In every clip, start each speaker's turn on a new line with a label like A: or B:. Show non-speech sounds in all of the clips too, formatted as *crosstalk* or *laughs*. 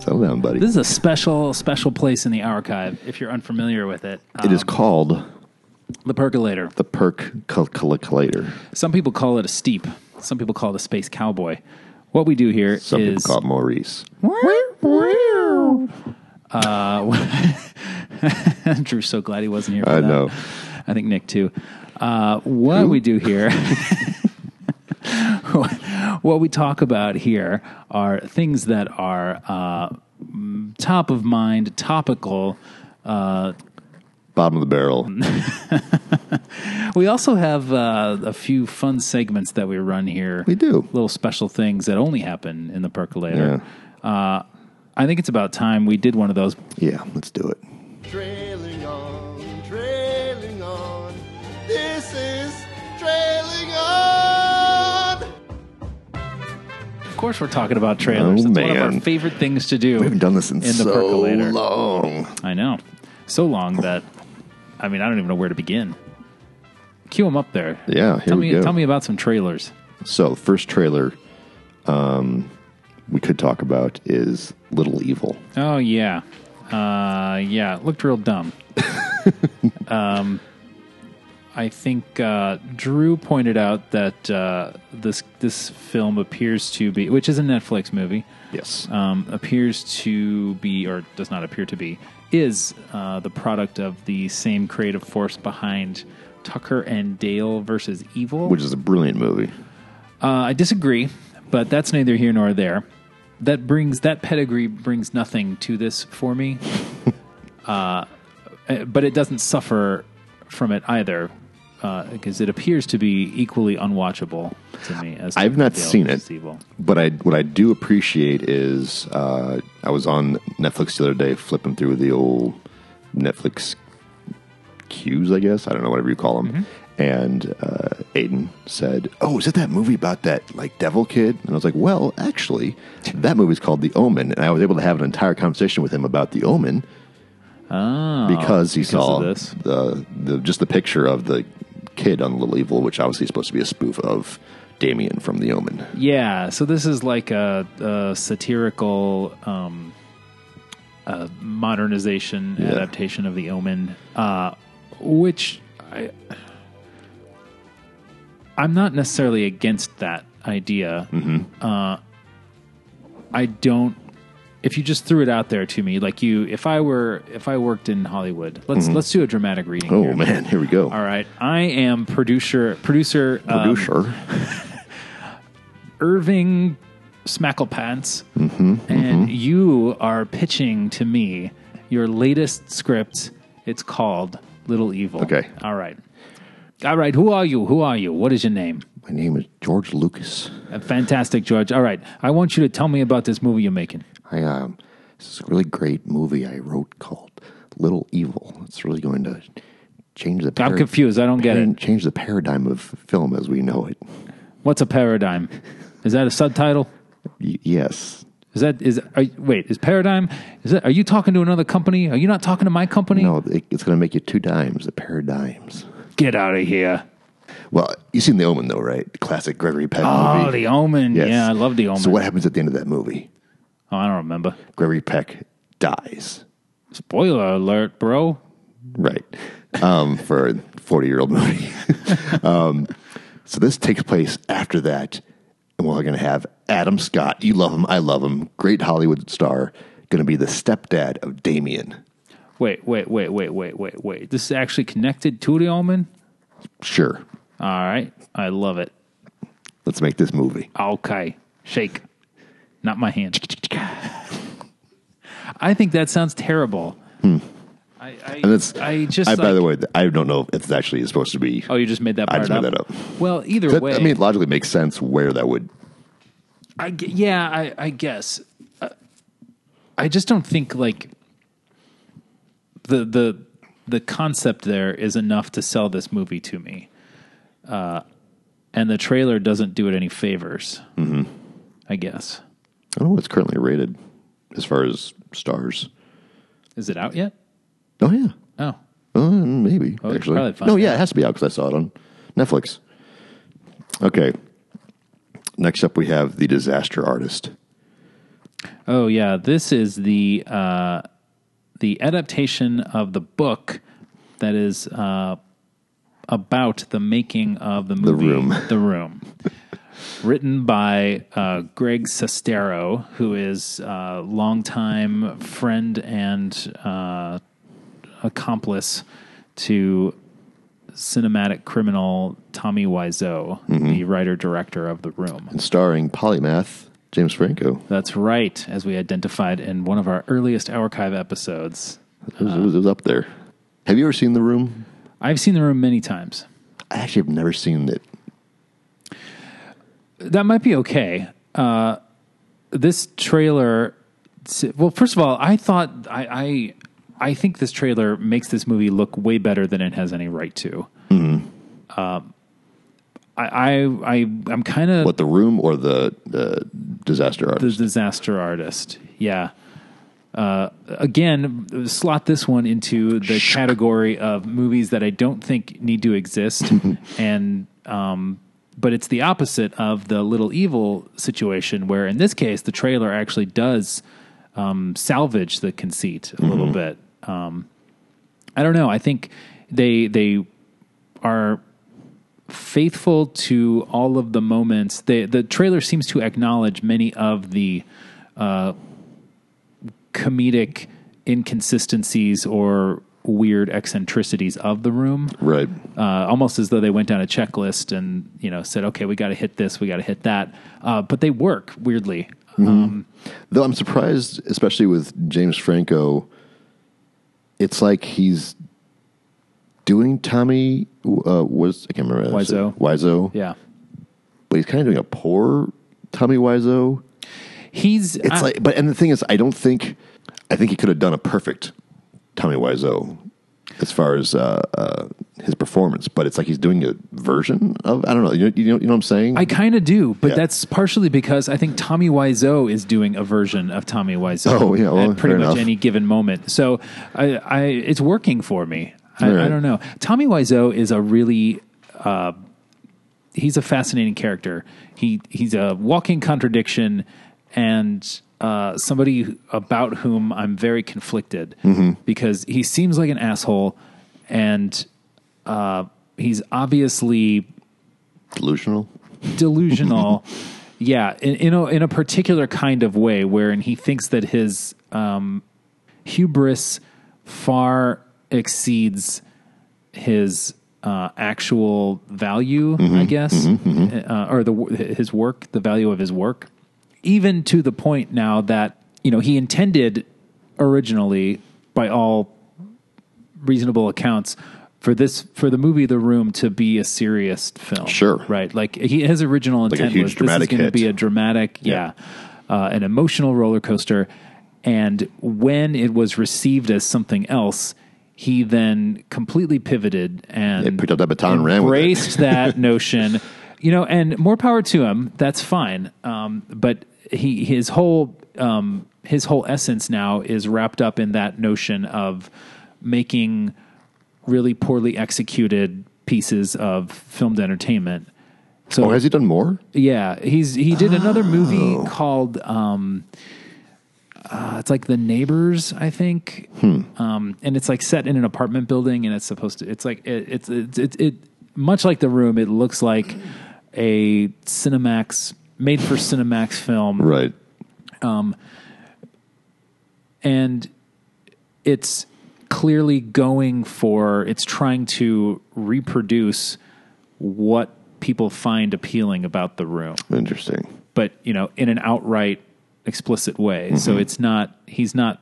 A: Settle down, buddy.
B: This is a special, special place in the archive if you're unfamiliar with it. Um,
A: it is called
B: the percolator.
A: the Perk Calculator.
B: Some people call it a steep. Some people call it a space cowboy. What we do here is
A: Some people call it Maurice.
B: Uh, *laughs* Drew's so glad he wasn't here. For
A: I
B: that.
A: know.
B: I think Nick too. Uh, what we do here, *laughs* what we talk about here are things that are uh, mm, top of mind, topical. Uh,
A: Bottom of the
B: *laughs*
A: barrel.
B: we also have uh, a few fun segments that we run here.
A: We do.
B: little special things that only happen in the percolator.
A: Yeah.
B: Uh, I think it's about time we did one of those.
A: Yeah, let's do it.
C: Trailing on, trailing on. This is trailing on.
B: Of course, we're talking about trailers.
A: Oh,
B: it's one of
A: man.
B: our favorite things to do.
A: We haven't done this in,
B: the
A: so
B: percolator.
A: long.
B: I know. So long that I mean I don't even know where to begin. Cue them up there.
A: Yeah, here
B: tell
A: we
B: me
A: go.
B: tell me about some trailers.
A: So the first trailer um, we could talk about is Little Evil.
B: Oh yeah. Uh yeah, it looked real dumb. um I think uh, Drew pointed out that uh, this this film appears to be, which is a Netflix movie,
A: Yes.
B: um, appears to be, or does not appear to be, is uh, the product of the same creative force behind Tucker and Dale versus Evil,
A: Which is a brilliant movie.
B: Uh, I disagree, but that's neither here nor there. That brings that pedigree brings nothing to this for me, *laughs* uh, uh, but it doesn't suffer from it either because it appears to be equally unwatchable to me. As
A: I've not
B: Dale
A: seen
B: versus
A: it.
B: Evil.
A: But I, what I do appreciate is uh, I was on Netflix the other day flipping through the old Netflix queues, I guess. I don't know, whatever you call them.
B: Mm-hmm.
A: And uh, Aiden said, Oh, is it that movie about that like devil kid? And I was like, Well, actually, that movie's called The Omen. And I was able to have an entire conversation with him about The Omen because he
B: Ah, because
A: saw
B: of this.
A: The, the just the picture of the kid on Little Evil, which obviously is supposed to be a spoof of Damien from The Omen.
B: Yeah, so this is like a, a satirical um, uh, modernization
A: Yeah.
B: adaptation of The Omen, uh, which I, I'm not necessarily against that idea. Uh,
A: Mm-hmm.
B: I don't. If you just threw it out there to me, like you, if I were, if I worked in Hollywood, let's let's do a dramatic reading.
A: Mm-hmm. Oh
B: here.
A: man, here we go.
B: All right, I am producer, producer, um,
A: Producer.
B: Irving Smacklepants,
A: Mm-hmm,
B: and you are pitching to me your latest script. It's called Little Evil.
A: Okay.
B: All right. All right. Who are you? Who are you? What is your name?
A: My name is George Lucas.
B: Uh, Fantastic, George. All right. I want you to tell me about this movie you're making.
A: I um, this is a really great movie I wrote called Little Evil. It's really going to change the.
B: I'm
A: parad-
B: confused. I don't get
A: parad-
B: it.
A: Change the paradigm of film as we know it.
B: What's a paradigm? Is that a subtitle?
A: Y- yes.
B: Is that is are, wait is paradigm? Is that are you talking to another company? Are you not talking to my company?
A: No, it, it's going to make you two dimes. The paradigms.
B: Get out of here!
A: Well, you've seen The Omen though, right? The classic Gregory Peck
B: Oh,
A: movie.
B: the Omen.
A: Yes.
B: Yeah, I love the Omen.
A: So what happens at the end of that movie?
B: oh, I don't remember.
A: Gregory Peck dies.
B: Spoiler alert, bro.
A: right um, for a 40 year old movie *laughs* um, so this takes place after that and we're going to have adam scott you love him i love him great hollywood star going to be the stepdad of damien
B: Wait, wait, wait, wait, wait, wait, wait. This is actually connected to the omen?
A: sure
B: All right. I love it.
A: let's make this movie
B: Okay. Shake. Not my hand. I think that sounds terrible. I, I,
A: Hmm. and it's
B: I just.
A: I, by
B: like-
A: the way i don't know if it's actually supposed to be
B: Oh, you just made that
A: I
B: part
A: just
B: up?
A: made that up.
B: Well, either
A: that,
B: way.
A: i mean it logically makes sense where that would
B: I gue- yeah, I, I guess. Uh, I just don't think like the the the concept there is enough to sell this movie to me, uh, and the trailer doesn't do it any favors. Mm-hmm. I guess.
A: i don't know what's currently rated as far as stars
B: Is it out yet?
A: oh yeah
B: Oh,
A: Uh, maybe
B: we should
A: actually.
B: probably find
A: No, yeah, it has to be out because I saw it on Netflix. Okay. Next up, we have the Disaster Artist.
B: Oh yeah, this is the uh, the adaptation of the book that is uh, about the making of the movie
A: Room.
B: The Room, written by uh, Greg Sestero, who is a longtime friend and uh, accomplice to cinematic criminal Tommy Wiseau, the writer director of The Room.
A: and starring polymath James Franco.
B: That's right, as we identified in one of our earliest archive episodes.
A: It was, it was- it was up there. Have you ever seen The Room?
B: I've seen the room many times.
A: I actually have never seen it.
B: That might be okay. Uh, this trailer. Well, first of all, I thought I, I I think this trailer makes this movie look way better than it has any right to. Um, I I I I'm kind of
A: What The Room or the the Disaster
B: the
A: Artist?
B: disaster artist. Yeah. Uh, again, slot this one into the category of movies that I don't think need to exist, and um, but it's the opposite of the Little Evil situation, where in this case the trailer actually does um, salvage the conceit a little bit. Um, I don't know. I think they they are faithful to all of the moments. They, the trailer seems to acknowledge many of the uh, comedic inconsistencies or weird eccentricities of the room,
A: right.
B: uh, almost as though they went down a checklist and you know said, "Okay, we got to hit this, we got to hit that," uh, but they work weirdly.
A: Though I'm surprised, especially with James Franco, it's like he's doing Tommy uh, was I can't remember how to say it.
B: Wiseau.
A: Wiseau,
B: Yeah,
A: but he's kind of doing a poor Tommy Wiseau.
B: he's
A: It's
B: I-
A: like, but and the thing is, I don't think I think he could have done a perfect Tommy Wiseau as far as uh, uh, his performance. But it's like he's doing a version of I don't know. You know, you know, you know what I'm saying?
B: I kind of do, but
A: Yeah.
B: that's partially because I think Tommy Wiseau is doing a version of Tommy Wiseau.
A: Oh, yeah, well,
B: at pretty
A: fair
B: much
A: enough.
B: any given moment. So I, I it's working for me. I,
A: All right.
B: I don't know. Tommy Wiseau is a really uh, he's a fascinating character. He he's a walking contradiction and uh, somebody about whom I'm very conflicted
A: Mm-hmm.
B: because he seems like an asshole and uh, he's obviously
A: Delusional.
B: delusional. yeah, in in a, in a particular kind of way, wherein he thinks that his um, hubris far exceeds his uh, actual value, I guess, Uh, or the wo- his work, the value of his work, even to the point now that you know he intended originally by all reasonable accounts for this for the movie The Room to be a serious film.
A: Sure.
B: right? Like he, his original
A: a
B: intent
A: huge
B: was
A: dramatic
B: this is going to
A: hit.
B: be a dramatic, yeah, uh, an emotional roller coaster. And when it was received as something else, he then completely pivoted and
A: They picked up that baton and ran with it. *laughs*
B: embraced that notion. You know, and more power to him. That's fine. Um, but he his whole um, his whole essence now is wrapped up in that notion of making really poorly executed pieces of filmed entertainment. So
A: Oh, has he done more?
B: yeah, he's he did another movie called um uh, it's like The Neighbors, I think. Um and it's like set in an apartment building and it's supposed to it's like it it's it, it, it much like The Room, it looks like a Cinemax made for Cinemax film
A: Right.
B: and it's clearly going for it's trying to reproduce what people find appealing about The Room.
A: Interesting.
B: but you know in an outright explicit way
A: Mm-hmm.
B: so it's not he's not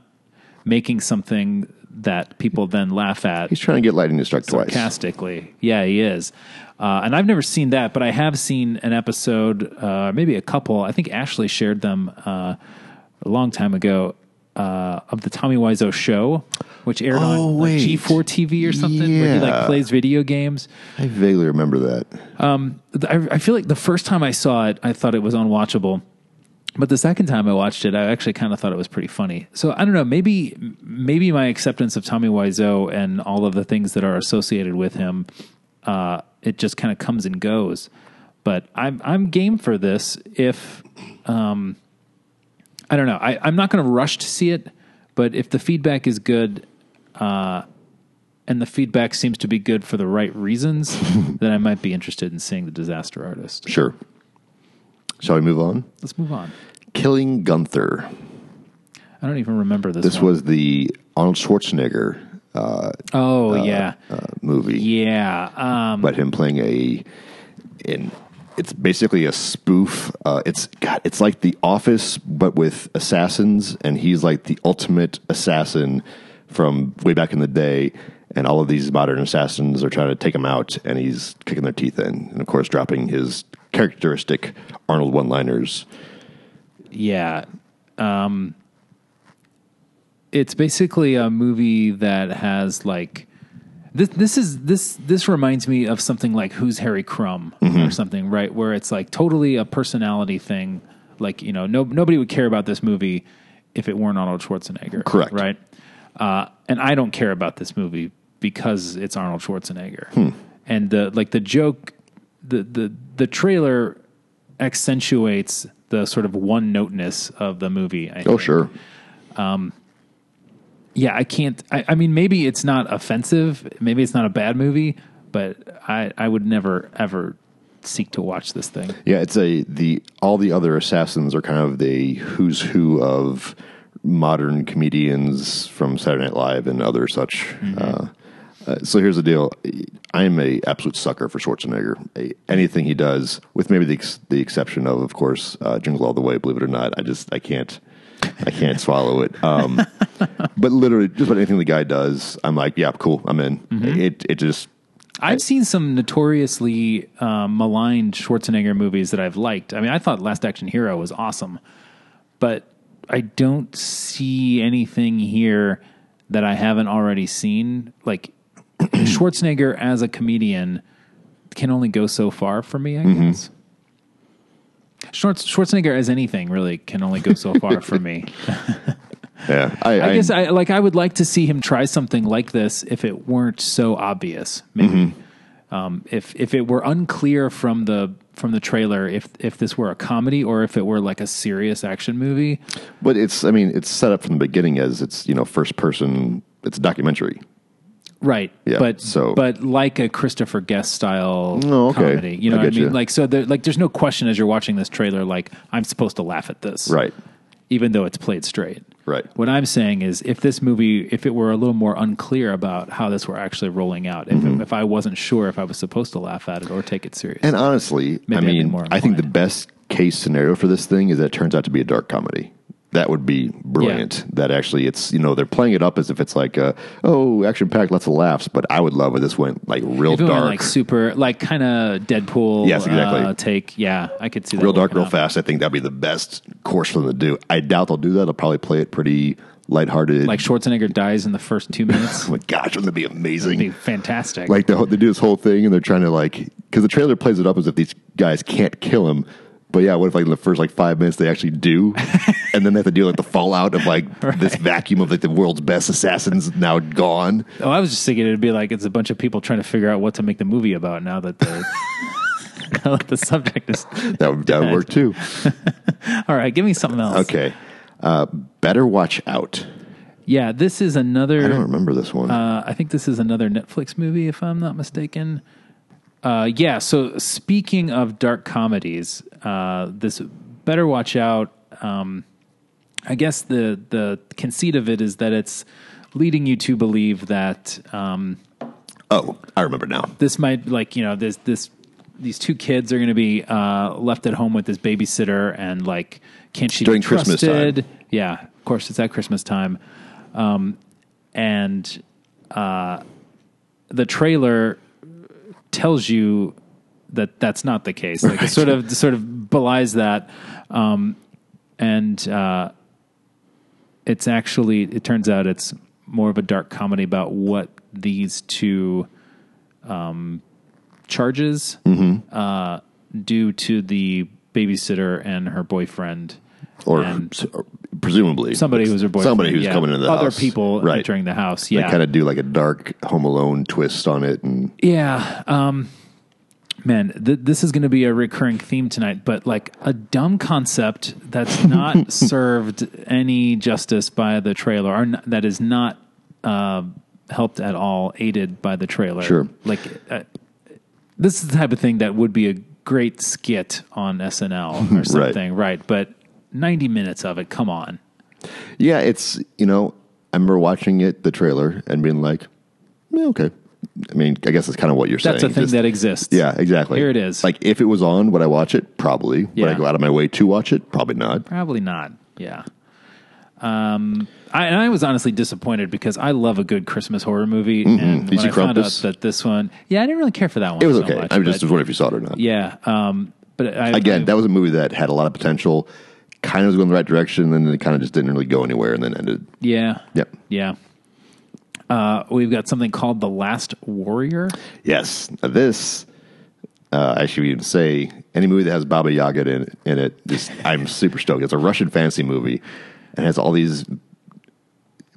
B: making something that people then laugh at
A: He's trying to get lightning to strike twice.
B: sarcastically yeah he is uh, and i've never seen that but i have seen an episode uh, maybe a couple i think ashley shared them uh, a long time ago uh, of the tommy wiseau show which aired
A: Oh,
B: on like,
A: wait.
B: g4 tv or something where he like
A: Yeah.
B: plays video games
A: I vaguely remember that.
B: th- I, I feel like the first time I saw it, I thought it was unwatchable. But the second time I watched it, I actually kind of thought it was pretty funny. So I don't know. Maybe maybe my acceptance of Tommy Wiseau and all of the things that are associated with him, uh, it just kind of comes and goes. But I'm I'm game for this if um, I don't know. I, I'm not going to rush to see it, but if the feedback is good, uh, and the feedback seems to be good for the right reasons, then I might be interested in seeing the Disaster Artist.
A: Sure. Shall we move on?
B: Let's move on.
A: Killing Gunther.
B: I don't even remember this.
A: This
B: one.
A: was the Arnold Schwarzenegger uh,
B: oh yeah,
A: uh, movie
B: yeah. Um,
A: about him playing a in. It's basically a spoof. Uh, it's God, it's like The Office, but with assassins, and he's like the ultimate assassin from way back in the day. And all of these modern assassins are trying to take him out, and he's kicking their teeth in, and of course, dropping his characteristic Arnold one-liners.
B: Yeah. Um, it's basically a movie that has like this. This is this. This reminds me of something like Who's Harry Crumb
A: Mm-hmm.
B: or something, right? Where it's like totally a personality thing. Like you know, no nobody would care about this movie if it weren't Arnold Schwarzenegger,
A: Correct.
B: Right? Uh, and I don't care about this movie because it's Arnold Schwarzenegger.
A: Hmm.
B: And the like the joke, the the the trailer accentuates the sort of one noteness of the movie. I
A: Oh,
B: think.
A: sure,
B: Yeah, I can't. I, I mean, maybe it's not offensive. Maybe it's not a bad movie, but I, I would never, ever seek to watch this thing.
A: Yeah, it's a the all the other assassins are kind of the who's who of modern comedians from Saturday Night Live and other such.
B: Mm-hmm.
A: Uh, uh, so here's the deal: I am a absolute sucker for Schwarzenegger. A- Anything he does, with maybe the ex- the exception of, of course, uh, Jingle All the Way. Believe it or not, I just I can't I can't swallow it. Um,
B: *laughs*
A: but literally, just about anything the guy does, I'm like, yeah, cool, I'm in.
B: Mm-hmm.
A: It it just
B: I've seen some notoriously um, maligned Schwarzenegger movies that I've liked. I mean, I thought Last Action Hero was awesome, but I don't see anything here that I haven't already seen. Like *clears throat* Schwarzenegger as a comedian can only go so far for me, I guess. Schwarz- Schwarzenegger as anything really can only go so far for me.
A: yeah.
B: I, guess I like I would like to see him try something like this if it weren't so obvious. Maybe
A: Mm-hmm.
B: um, if if it were unclear from the from the trailer if if this were a comedy or if it were like a serious action movie.
A: But it's, I mean, it's set up from the beginning as it's, you know, first person, it's a documentary.
B: Right,
A: Yeah,
B: but
A: so-
B: but like a Christopher Guest style
A: Oh, okay.
B: comedy, you know
A: I
B: what I
A: get
B: mean?
A: you.
B: Like so, there, like there's no question as you're watching this trailer, like I'm supposed to laugh at this,
A: Right.
B: Even though it's played straight,
A: Right.
B: What I'm saying is, if this movie, if it were a little more unclear about how this were actually rolling out, if, if I wasn't sure if I was supposed to laugh at it or take it serious,
A: Mm-hmm. And honestly,
B: Maybe
A: I
B: I'd be
A: mean,
B: more
A: I think the
B: inclined.
A: best case scenario for this thing is that it turns out to be a dark comedy. That would be brilliant. That actually, it's, you know, they're playing it up as if it's like, uh, oh, action packed, lots of laughs. But I would love if this went like real
B: If it went,
A: dark,
B: like super, like kind of Deadpool,
A: Yes, exactly.
B: uh, take, yeah, I could see that
A: real dark,
B: working
A: real
B: out.
A: fast. I think that'd be the best course for them to do. I doubt they'll do that. They'll probably play it pretty lighthearted.
B: Like Schwarzenegger dies in the first two
A: *laughs*
B: minutes,
A: oh my gosh, wouldn't that be amazing?
B: It'd be fantastic.
A: like the, whole- they do this whole thing and they're trying to like because the trailer plays it up as if these guys can't kill him but yeah what if like in the first like five minutes they actually
B: *laughs*
A: do and then they have to deal with the fallout of like this vacuum of like the world's best assassins now gone
B: Oh, I was just thinking it'd be like it's a bunch of people trying to figure out what to make the movie about now
A: *laughs*
B: that the *laughs* now that the subject is.
A: that would, that would work too
B: All right, give me something else.
A: okay uh, better watch out
B: Yeah, this is
A: i don't
B: another.
A: remember this one
B: Uh, I think this is another Netflix movie, if I'm not mistaken. Uh, yeah. So speaking of dark comedies, uh, this better watch out. Um, I guess the the conceit of it is that it's leading you to believe that. Um,
A: oh i remember now
B: this might like you know this this these two kids are going to be uh, left at home with this babysitter and like can't she
A: During
B: be
A: Christmas time.
B: trusted? Yeah, of course it's at Christmas time, um, and uh, the trailer tells you that that's not the case. Like it sort of sort of belies that, um, and uh, it's actually it turns out it's more of a dark comedy about what these two charges
A: Mm-hmm.
B: uh, due to the babysitter and her boyfriend
A: or
B: and
A: s- or presumably
B: somebody who's her boyfriend.
A: somebody who's
B: yeah.
A: coming into the
B: other
A: house.
B: people
A: right
B: entering the house.
A: they
B: Yeah,
A: kind of do like a dark home alone twist on it and
B: yeah. Um, man, th- this is going to be a recurring theme tonight, but like a dumb concept
A: *laughs*
B: that's not served any justice by the trailer, or n- that is not uh, helped at all, aided by the trailer.
A: Sure.
B: Like, uh, this is the type of thing that would be a great skit
A: *laughs*
B: on SNL or something, right? But 90 minutes of it, come on.
A: Yeah, it's you know, I remember watching it, the trailer, and being like, "Yeah, okay. I mean, I guess that's kind of what you're
B: That's a
A: saying.
B: thing
A: Just-
B: that exists.
A: yeah, exactly.
B: Here it is.
A: Like if it was on, would I watch it? Probably. Would
B: Yeah.
A: I go out of my way to watch it? Probably not.
B: Probably not. Yeah. Um, I, and I was honestly disappointed because I love a good Christmas horror movie, and
A: Mm-hmm. Easy
B: when I found out
A: Krampus.
B: that this one, yeah, I didn't really care for that one.
A: It was
B: so
A: okay.
B: much,
A: I was just
B: but
A: was wondering if you saw it or not.
B: yeah. Um, but I,
A: Again,
B: I-
A: that was a movie that had a lot of potential, kind of was going the right direction, and then it kind of just didn't really go anywhere, and then ended.
B: yeah,
A: Yep.
B: yeah. Uh, we've got something called the Last Warrior.
A: Yes, Now this. Uh, I should even say any movie that has Baba Yaga in it, in it just, I'm super stoked. It's a Russian fantasy movie, and has all these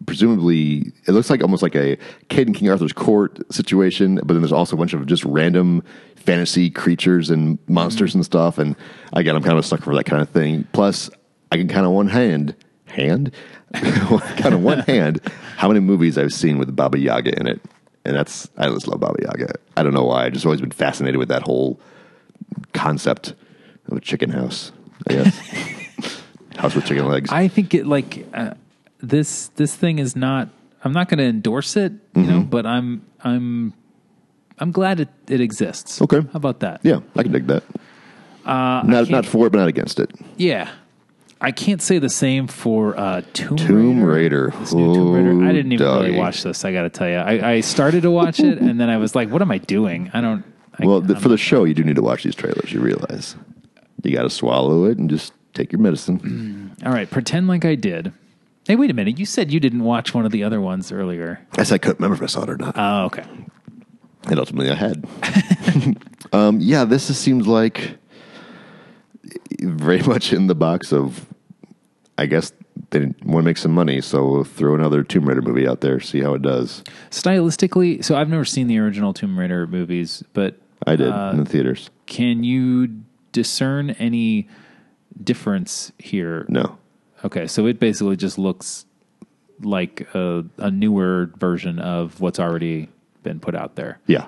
A: presumably it looks like almost like a kid in King Arthur's court situation, but then there's also a bunch of just random fantasy creatures and monsters and stuff. And again, I'm kind of a sucker for that kind of thing. Plus, I can kind of one hand hand *laughs* kind of one hand how many movies I've seen with Baba Yaga in it, and that's I just love Baba Yaga. I don't know why. I've just always been fascinated with that whole concept of a chicken house. I guess house with chicken legs.
B: I think it like uh, this. This thing is not. I'm not going to endorse it, you know.
A: Mm-hmm.
B: But I'm. I'm. I'm glad it, it exists.
A: Okay.
B: How about that?
A: Yeah, I can dig that. Uh, not not for it, but not against it.
B: Yeah. I can't say the same for uh, Tomb,
A: Tomb
B: Raider.
A: Raider. Oh,
B: This new Tomb Raider. I didn't even really
A: doggy.
B: watch this, I got to tell you. I, I started to watch it, and then I was like, what am I doing? I don't. I,
A: Well, the, for the show, you do need to watch these trailers. You realize you got to swallow it and just take your medicine.
B: all right, pretend like I did. Hey, wait a minute. You said you didn't watch one of the other ones earlier.
A: I said I couldn't remember if I saw it or not,
B: Oh, okay.
A: Uh, and ultimately I had. *laughs* um, yeah, this just seems like very *laughs* much in the box of. I guess they want to make some money, so we'll throw another Tomb Raider movie out there, see how it does.
B: Stylistically, so I've never seen the original Tomb Raider movies, but
A: I did
B: uh,
A: in the theaters.
B: can you discern any difference here?
A: No,
B: Okay, so it basically just looks like a, a newer version of what's already been put out there.
A: yeah,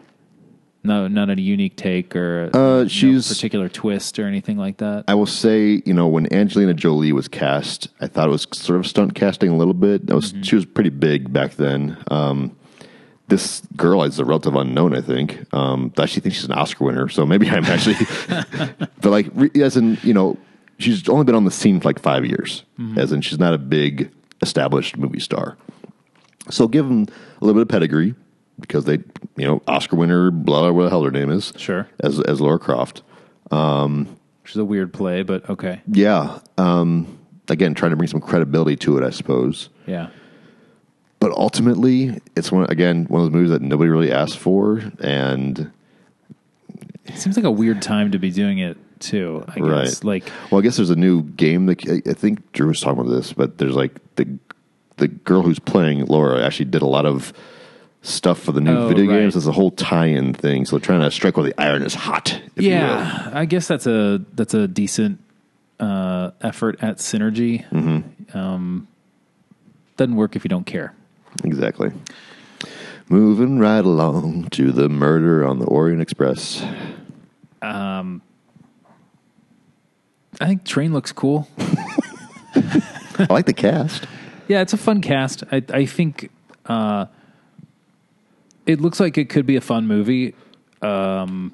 B: No, not a unique take or a
A: Uh,
B: no
A: she's-
B: particular twist or anything like that.
A: I will say, you know, when Angelina Jolie was cast, I thought it was sort of stunt casting a little bit. That was she was pretty big back then. Um, this girl is a relative unknown, I think. Um, I actually think she's an Oscar winner, so maybe I'm actually, *laughs* but like re- as in, you know, she's only been on the scene for like five years, as in she's not a big established movie star. So give them a little bit of pedigree because they, you know, Oscar winner, blah, blah, what the hell her name is,
B: Sure.
A: as as Laura Croft.
B: Which is a weird play, but okay,
A: Yeah. Um, again, trying to bring some credibility to it, I suppose.
B: yeah.
A: But ultimately, it's one again one of those movies that nobody really asked for, and
B: It seems like a weird time to be doing it too. I guess
A: right,
B: like
A: well, I guess there's a new game that I- I think Drew was talking about this, but there's like the the girl who's playing Laura actually did a lot of stuff for the new
B: Oh,
A: video
B: right.
A: games. It's a whole tie-in thing, so they're trying to strike while the iron is hot. If you will.
B: yeah, I guess that's a that's a decent uh, effort at synergy. Um,
A: Mm-hmm.
B: doesn't work if you don't care.
A: Exactly. Moving right along to the murder on the Orient Express.
B: I think Train looks cool.
A: I like the cast.
B: Yeah, it's a fun cast. I I think uh, it looks like it could be a fun movie.
A: Who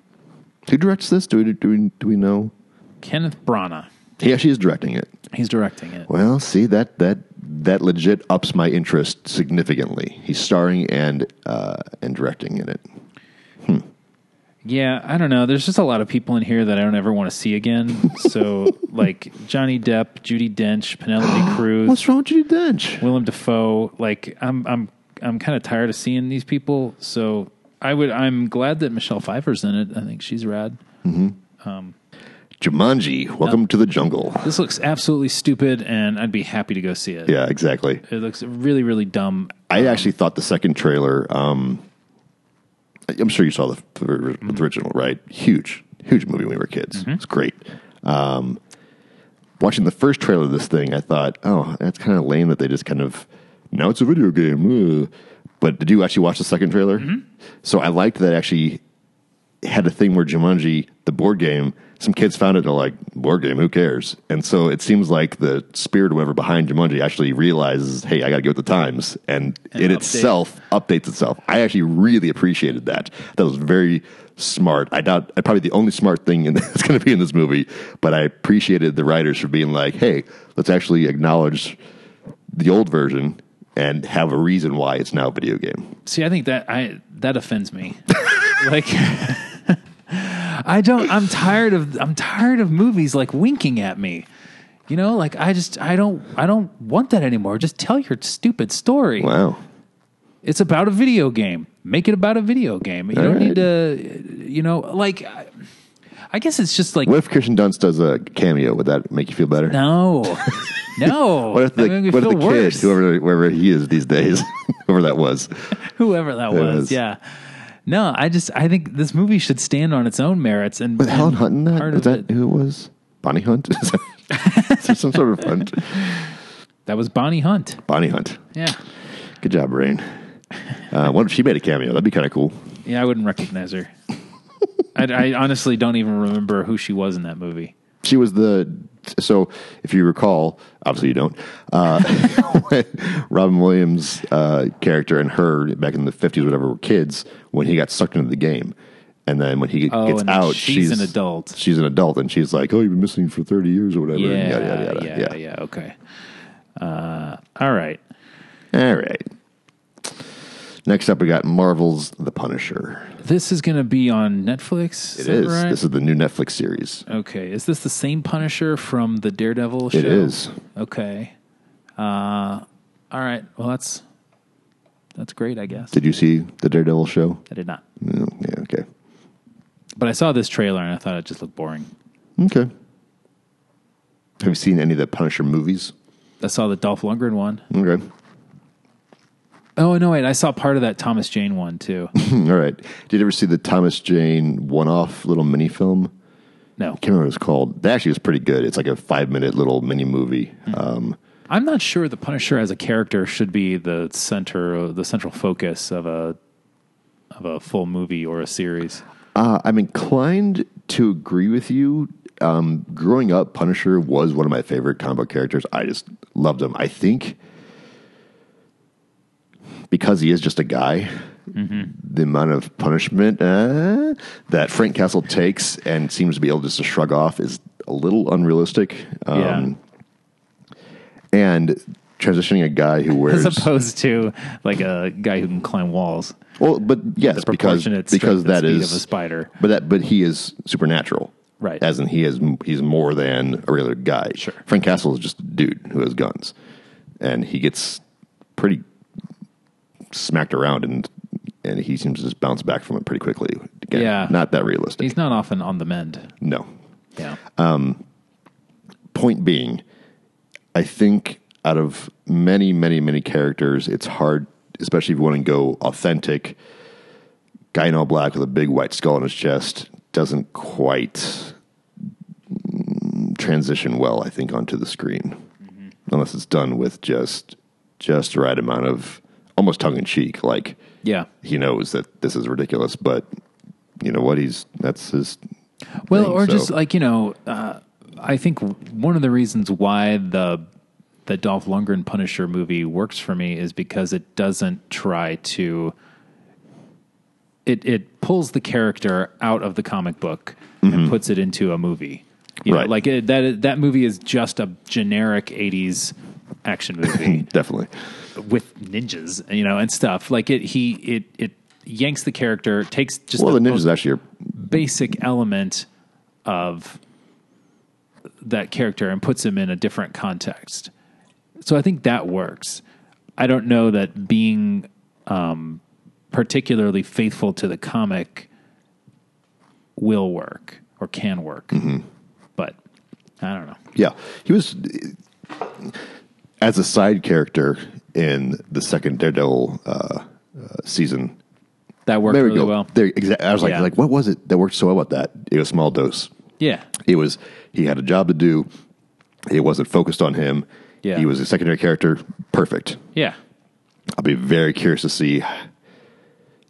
A: directs this? Do we do we, do we know?
B: Kenneth Branagh,
A: Yeah, she is directing it.
B: he's directing it.
A: Well, see that that that legit ups my interest significantly. He's starring and uh, and directing in it.
B: Yeah, I don't know. There's just a lot of people in here that I don't ever want to see again. So like Johnny Depp, Judy Dench, Penelope Cruz,
A: What's wrong with Judy Dench?
B: Willem Dafoe. Like I'm I'm I'm kind of tired of seeing these people. So I would I'm glad that Michelle Pfeiffer's in it. I think she's rad.
A: Jumanji, welcome to the jungle.
B: This looks absolutely stupid, and I'd be happy to go see it.
A: Yeah, exactly.
B: It looks really really dumb.
A: I actually thought the second trailer, um, I'm sure you saw the, the ori- the original, right? Huge, huge movie when we were kids. It's great. Um, watching the first trailer of this thing, I thought, oh, that's kind of lame that they just kind of now it's a video game. ugh." But did you actually watch the second trailer? So I liked that it actually had a thing where Jumanji, the board game, some kids found it and are like, board game, who cares? And so it seems like the spirit or whatever behind Jumanji actually realizes, hey, I got to go with the times. And, it
B: update.
A: itself updates itself. I actually really appreciated that. That was very smart. I doubt, probably the only smart thing in, *laughs* that's going to be in this movie, but I appreciated the writers for being like, hey, let's actually acknowledge the old version and have a reason why it's now a video game.
B: See, I think that I that offends me. *laughs* like I don't I'm tired of I'm tired of movies like winking at me. You know, like I just I don't I don't want that anymore. Just tell your stupid story.
A: Wow.
B: It's about a video game. Make it about a video game. You
A: All
B: don't need
A: right.
B: to you know, like I, I guess it's just like
A: What if Christian Dunst does a cameo? Would that make you feel better?
B: no. No.
A: *laughs* What if the,
B: That made me
A: what if
B: feel
A: the kid,
B: worse.
A: whoever, whoever he is these days, *laughs* whoever that was,
B: whoever that was.
A: was.
B: Yeah. No, I just I think this movie should stand on its own merits and
A: was Helen Hunt in that?
B: part
A: Was
B: of
A: that
B: it-
A: who it was? Bonnie Hunt? *laughs* Is that- is there some sort of
B: *laughs*
A: Hunt?
B: That was Bonnie Hunt.
A: Bonnie Hunt.
B: Yeah.
A: Good job, Rain. Uh, what if she made a cameo? That'd be kind of cool.
B: Yeah, I wouldn't
A: *laughs*
B: recognize her. I, I honestly don't even remember who she was in that movie.
A: She was the so if you recall, obviously you don't. Uh,
B: *laughs*
A: when Robin Williams' uh, character and her back in the fifties, whatever, were kids when he got sucked into the game, and then when he
B: Oh,
A: gets
B: and
A: out,
B: she's an adult.
A: She's an adult, and she's like, "Oh, you've been missing for thirty years or whatever."
B: Yeah,
A: and yada, yada, yada.
B: yeah, yeah, Okay. Uh, all right.
A: All right. Next up, we got Marvel's The Punisher.
B: This is going to be on Netflix.
A: It is. This is the new Netflix series.
B: okay. Is this the same Punisher from the Daredevil show?
A: It is.
B: Okay. Uh, all right. Well, that's that's great. I guess
A: Did you see the Daredevil show?
B: I did not,
A: No. Yeah. Okay.
B: but I saw this trailer and I thought it just looked boring.
A: Okay. Have you seen any of the Punisher movies?
B: I saw the Dolph Lundgren one.
A: Okay. *laughs*
B: Oh no! Wait, I saw part of that Thomas Jane one too.
A: Hmm, All right. Did you ever see the Thomas Jane one off little mini film?
B: No,
A: can't remember what it's called. That actually was pretty good. It's like a five minute little mini movie. Um,
B: I'm not sure the Punisher as a character should be the center, the central focus of a of a full movie or a series.
A: uh, I'm inclined to agree with you. Um, growing up, Punisher was one of my favorite comic book characters. I just loved him. I think because he is just a guy,
B: Mm-hmm.
A: the amount of punishment uh, that Frank Castle takes and seems to be able just to shrug off is a little unrealistic. Um, And transitioning a guy who
B: *laughs* as
A: wears
B: opposed to like a guy who can climb walls,
A: well, but yes, because
B: proportionate
A: because
B: strength and
A: that
B: speed
A: is
B: of a spider.
A: But that but he is supernatural,
B: Right.
A: As in he is he's more than a regular guy.
B: Sure.
A: Frank Castle is just a dude who has guns, and he gets pretty smacked around and. And he seems to just bounce back from it pretty quickly. Again,
B: Yeah.
A: not that realistic.
B: He's not often on the mend.
A: No.
B: Yeah,
A: Uh, Point being, I think out of many, many, many characters, it's hard, especially if you want to go authentic. Guy in all black with a big white skull on his chest doesn't quite mm, transition well, I think, onto the screen, unless it's done with just just the right amount of almost tongue in cheek, like
B: yeah.
A: he knows that this is ridiculous, but you know what? He's that's his. *laughs*
B: Well,
A: thing,
B: or
A: so-
B: just like you know, uh, I think one of the reasons why the the Dolph Lundgren Punisher movie works for me is because it doesn't try to. It it pulls the character out of the comic book and puts it into a movie. You
A: Mm-hmm. Right.
B: know, like it, that that movie is just a generic '80s
A: *laughs*
B: action movie
A: definitely
B: with ninjas, you know, and stuff. Like it, he it it yanks the character, takes just
A: well, the
B: most
A: ninjas actually are
B: basic element of that character and puts him in a different context. So I think that works. I don't know that being um, particularly faithful to the comic will work or can work,
A: Mm-hmm.
B: but I don't know.
A: Yeah, he was as a side character in the second Daredevil uh, uh, season.
B: That worked
A: There we
B: really
A: go.
B: well.
A: There, exactly. I was like,
B: Yeah.
A: like, what was it that worked so well about that? It was small dose.
B: Yeah.
A: It was he had a job to do. It wasn't focused on him.
B: Yeah.
A: He was a secondary character. Perfect.
B: Yeah.
A: I'll be very curious to see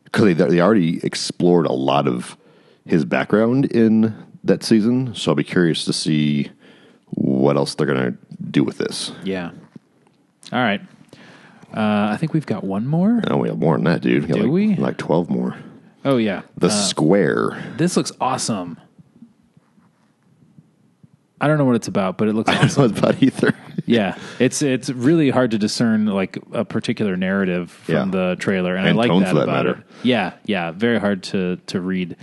A: because they, they already explored a lot of his background in that season. So I'll be curious to see what else they're going to do with this.
B: Yeah. All right. Uh, I think we've got one more.
A: Oh, we have more than that, dude. got
B: Do
A: like,
B: we?
A: Like 12 more.
B: Oh yeah.
A: The square. *laughs*
B: This looks awesome. I don't know what it's about, but
A: *laughs*
B: it looks awesome.
A: That's not about either.
B: yeah. It's it's really hard to discern like a particular narrative from
A: Yeah.
B: the trailer, and,
A: And
B: I like
A: tone
B: that,
A: for that
B: about
A: matter.
B: it. Yeah, yeah. Very hard to to read,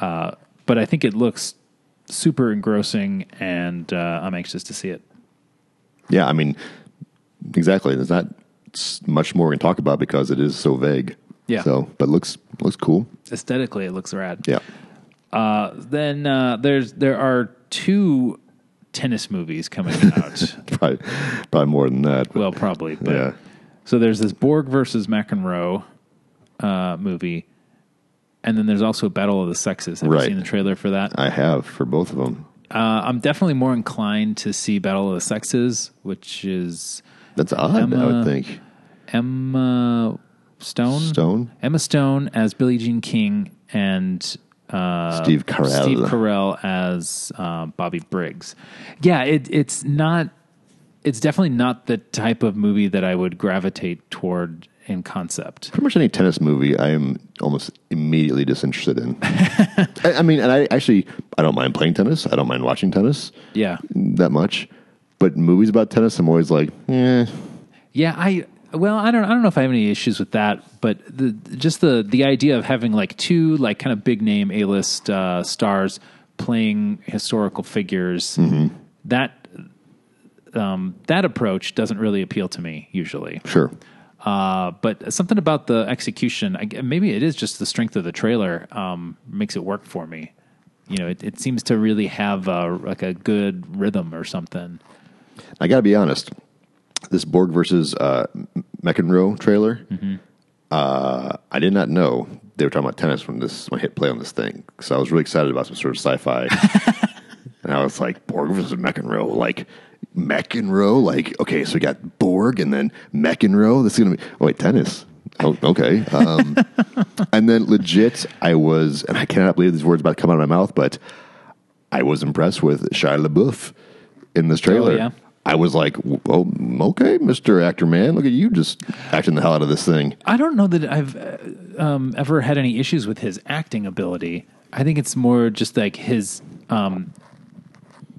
B: uh, but I think it looks super engrossing, and uh, I'm anxious to see it.
A: Yeah, I mean, exactly. There's not s- much more we can talk about because it is so vague.
B: Yeah.
A: So, but looks looks cool.
B: Aesthetically, it looks rad.
A: Yeah. *laughs*
B: Uh, then uh, there's there are two tennis movies coming
A: *laughs*
B: out.
A: Probably, probably more than that. but
B: well, probably. But,
A: Yeah.
B: So there's this Borg versus McEnroe uh, movie, and then there's also Battle of the Sexes. Have you
A: Right.
B: seen the trailer for that?
A: I have for both of them.
B: Uh, I'm definitely more inclined to see Battle of the Sexes, which is
A: That's odd, I
B: Emma-
A: would think.
B: Emma Stone.
A: Stone?
B: Emma Stone as Billie Jean King and uh,
A: Steve Carell.
B: Steve Carell as uh, Bobby Briggs. Yeah, it, it's not. It's definitely not the type of movie that I would gravitate toward in concept.
A: Pretty much any tennis movie, I am almost immediately disinterested
B: *laughs*
A: in. I, I mean, and I actually, I don't mind playing tennis. I don't mind watching tennis
B: Yeah,
A: that much. But movies about tennis, I'm always like, eh.
B: yeah. I well, I don't. I don't know if I have any issues with that, but the, just the the idea of having like two like kind of big name A list uh, stars playing historical figures that um, that approach doesn't really appeal to me usually.
A: Sure.
B: Uh, but something about the execution, I g maybe it is just the strength of the trailer, um, makes it work for me. You know, it, it seems to really have a, like a good rhythm or something.
A: I got to be honest. This Borg versus uh, McEnroe trailer, uh, I did not know they were talking about tennis when this when I hit play on this thing. So I was really excited about some sort of sci-fi, and I was like Borg versus McEnroe, like McEnroe, like okay, so we got Borg and then McEnroe. This is gonna be oh wait tennis. Oh, okay, um, and then legit, I was, and I cannot believe these words about to come out of my mouth, but I was impressed with Shia LaBeouf in this trailer.
B: yeah?
A: I was like, "Well, okay, Mister Actor Man, look at you just acting the hell out of this thing."
B: I don't know that I've uh, um, ever had any issues with his acting ability. I think it's more just like his um,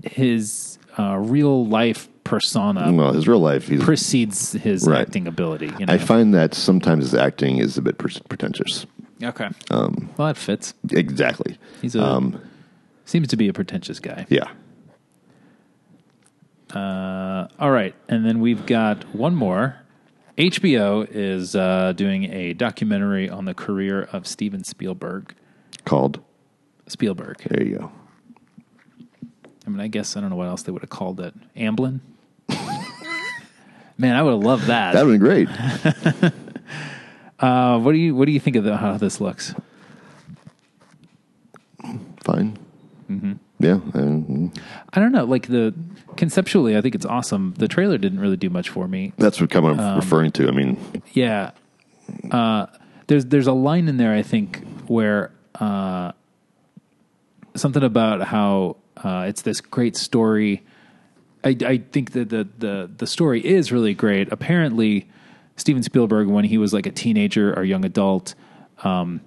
B: his uh, real life persona
A: Well, his real life, he's.
B: precedes his
A: Mm. Right.
B: acting ability. You know?
A: I find that sometimes his acting is a bit pre- pretentious.
B: okay,
A: um,
B: well that fits.
A: Exactly.
B: He's a seems to be a pretentious guy.
A: um, Yeah.
B: All right, and then we've got one more. HBO is uh, doing a documentary on the career of Steven Spielberg.
A: Called.
B: Spielberg.
A: There you go.
B: I mean, I guess I don't know what else they would have called it. Amblin. Man, I would have loved that.
A: That would have been great.
B: uh, what do you What do you think of the, how this looks?
A: Fine. Yeah. and
B: I don't know. Like the conceptually, I think it's awesome. The trailer didn't really do much for me.
A: that's what I'm referring to. I mean,
B: Yeah. Uh, there's there's a line in there I think where uh, something about how uh, it's this great story. I, I think that the, the the story is really great. Apparently, Steven Spielberg, when he was like a teenager or young adult, um,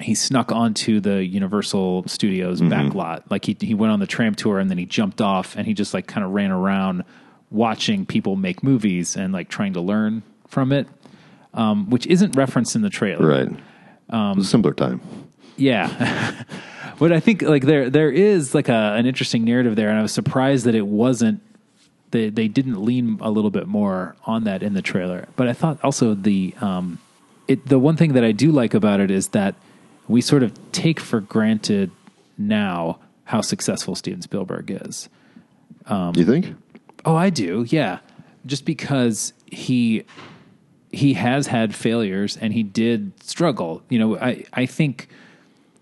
B: he snuck onto the Universal Studios back lot. Like he he went on the tram tour and then he jumped off and he just like kind of ran around watching people make movies and like trying to learn from it, um, which isn't referenced in the trailer.
A: right. Um, similar time.
B: Yeah. *laughs* but I think like there there is like a, an interesting narrative there, and I was surprised that it wasn't they they didn't lean a little bit more on that in the trailer. But I thought also the um it the one thing that I do like about it is that we sort of take for granted now how successful Steven Spielberg is.
A: you think?
B: Oh, I do. Yeah. Just because he he has had failures and he did struggle. You know, I I think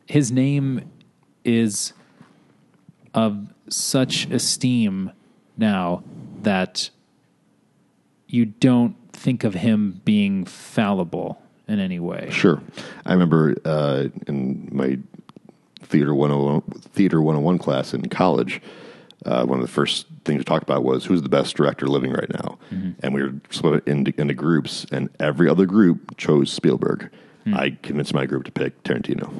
B: his name is of such esteem now that you don't think of him being fallible in any way.
A: Sure. I remember uh, in my theater 101 theater 101 class in college uh, one of the first things we talked about was who's the best director living right now
B: Mm-hmm.
A: and we were split into, into groups and every other group chose spielberg
B: Hmm.
A: i convinced my group to pick
B: *laughs*
A: tarantino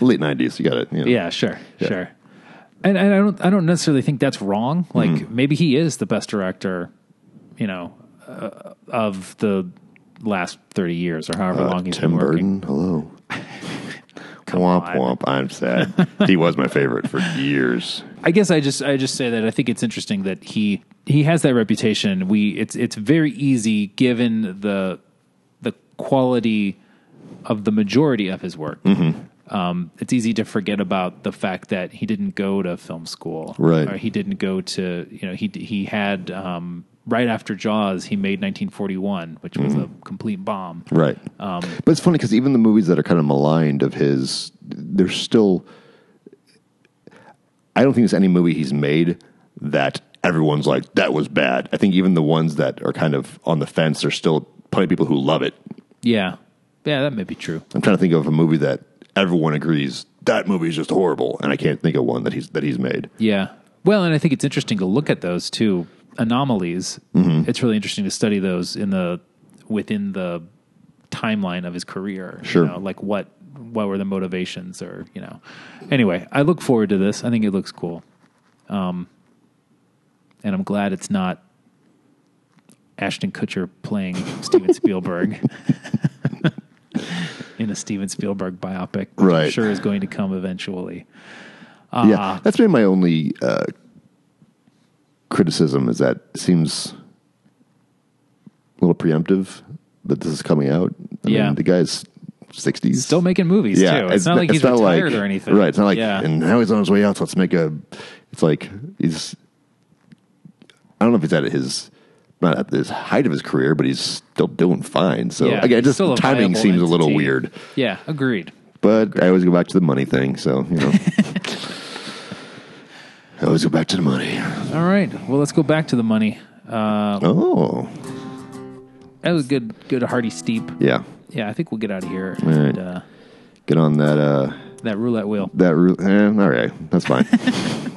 A: late 90s you got it you know.
B: Yeah, sure, sure. And, and I don't, I don't necessarily think that's wrong. Like
A: Mm-hmm.
B: maybe he is the best director, you know, uh, of the last thirty years or however
A: Uh,
B: long he's
A: Tim
B: been working.
A: Burton,
B: *laughs*
A: hello. womp
B: on.
A: womp. I'm sad. he was my favorite for years.
B: I guess I just, I just say that I think it's interesting that he, he has that reputation. We, it's, it's very easy given the, the quality of the majority of his work. Um, it's easy to forget about the fact that he didn't go to film school,
A: Right.
B: Or he didn't go to you know he he had um, right after Jaws he made 1941, which was a complete bomb,
A: Right. but it's funny because even the movies that are kind of maligned of his, they're still. I don't think there's any movie he's made that everyone's like, that was bad. I think even the ones that are kind of on the fence, there's still plenty of people who love it.
B: Yeah, yeah, that may be true.
A: I'm trying to think of a movie that everyone agrees that movie is just horrible, and I can't think of one that he's that he's made.
B: Yeah. Well, and I think it's interesting to look at those two anomalies.
A: Mm-hmm.
B: It's really interesting to study those in the within the timeline of his career. you
A: Sure.
B: know, like what what were the motivations or, you know. Anyway, I look forward to this. I think it looks cool. Um and I'm glad it's not Ashton Kutcher playing
A: *laughs*
B: Steven Spielberg *laughs* in a Steven Spielberg biopic, which I'm
A: Right.
B: sure is going to come eventually. Uh-huh.
A: Yeah, that's been my only uh, criticism is that it seems a little preemptive that this is coming out. I
B: Yeah.
A: mean, the guy's sixties,
B: still making movies too. It's, not like he's retired or anything,
A: Right? It's not like
B: yeah,
A: and now he's on his way out. So let's make a. It's like he's. I don't know if he's at his not at his height of his career, but he's still doing fine. So
B: Yeah,
A: again,
B: he's
A: just
B: still a
A: timing
B: viable
A: seems a little
B: entity.
A: weird.
B: yeah. Agreed.
A: But I always go back to the money thing. So you know, I always go back to the money.
B: All right. Well, let's go back to the money. Uh,
A: Oh,
B: That was good. Good hearty steep.
A: yeah.
B: Yeah, I think we'll get out of here.
A: right.
B: And, uh,
A: Get on that. Uh,
B: that roulette wheel.
A: that. Ru- eh, all right, that's fine.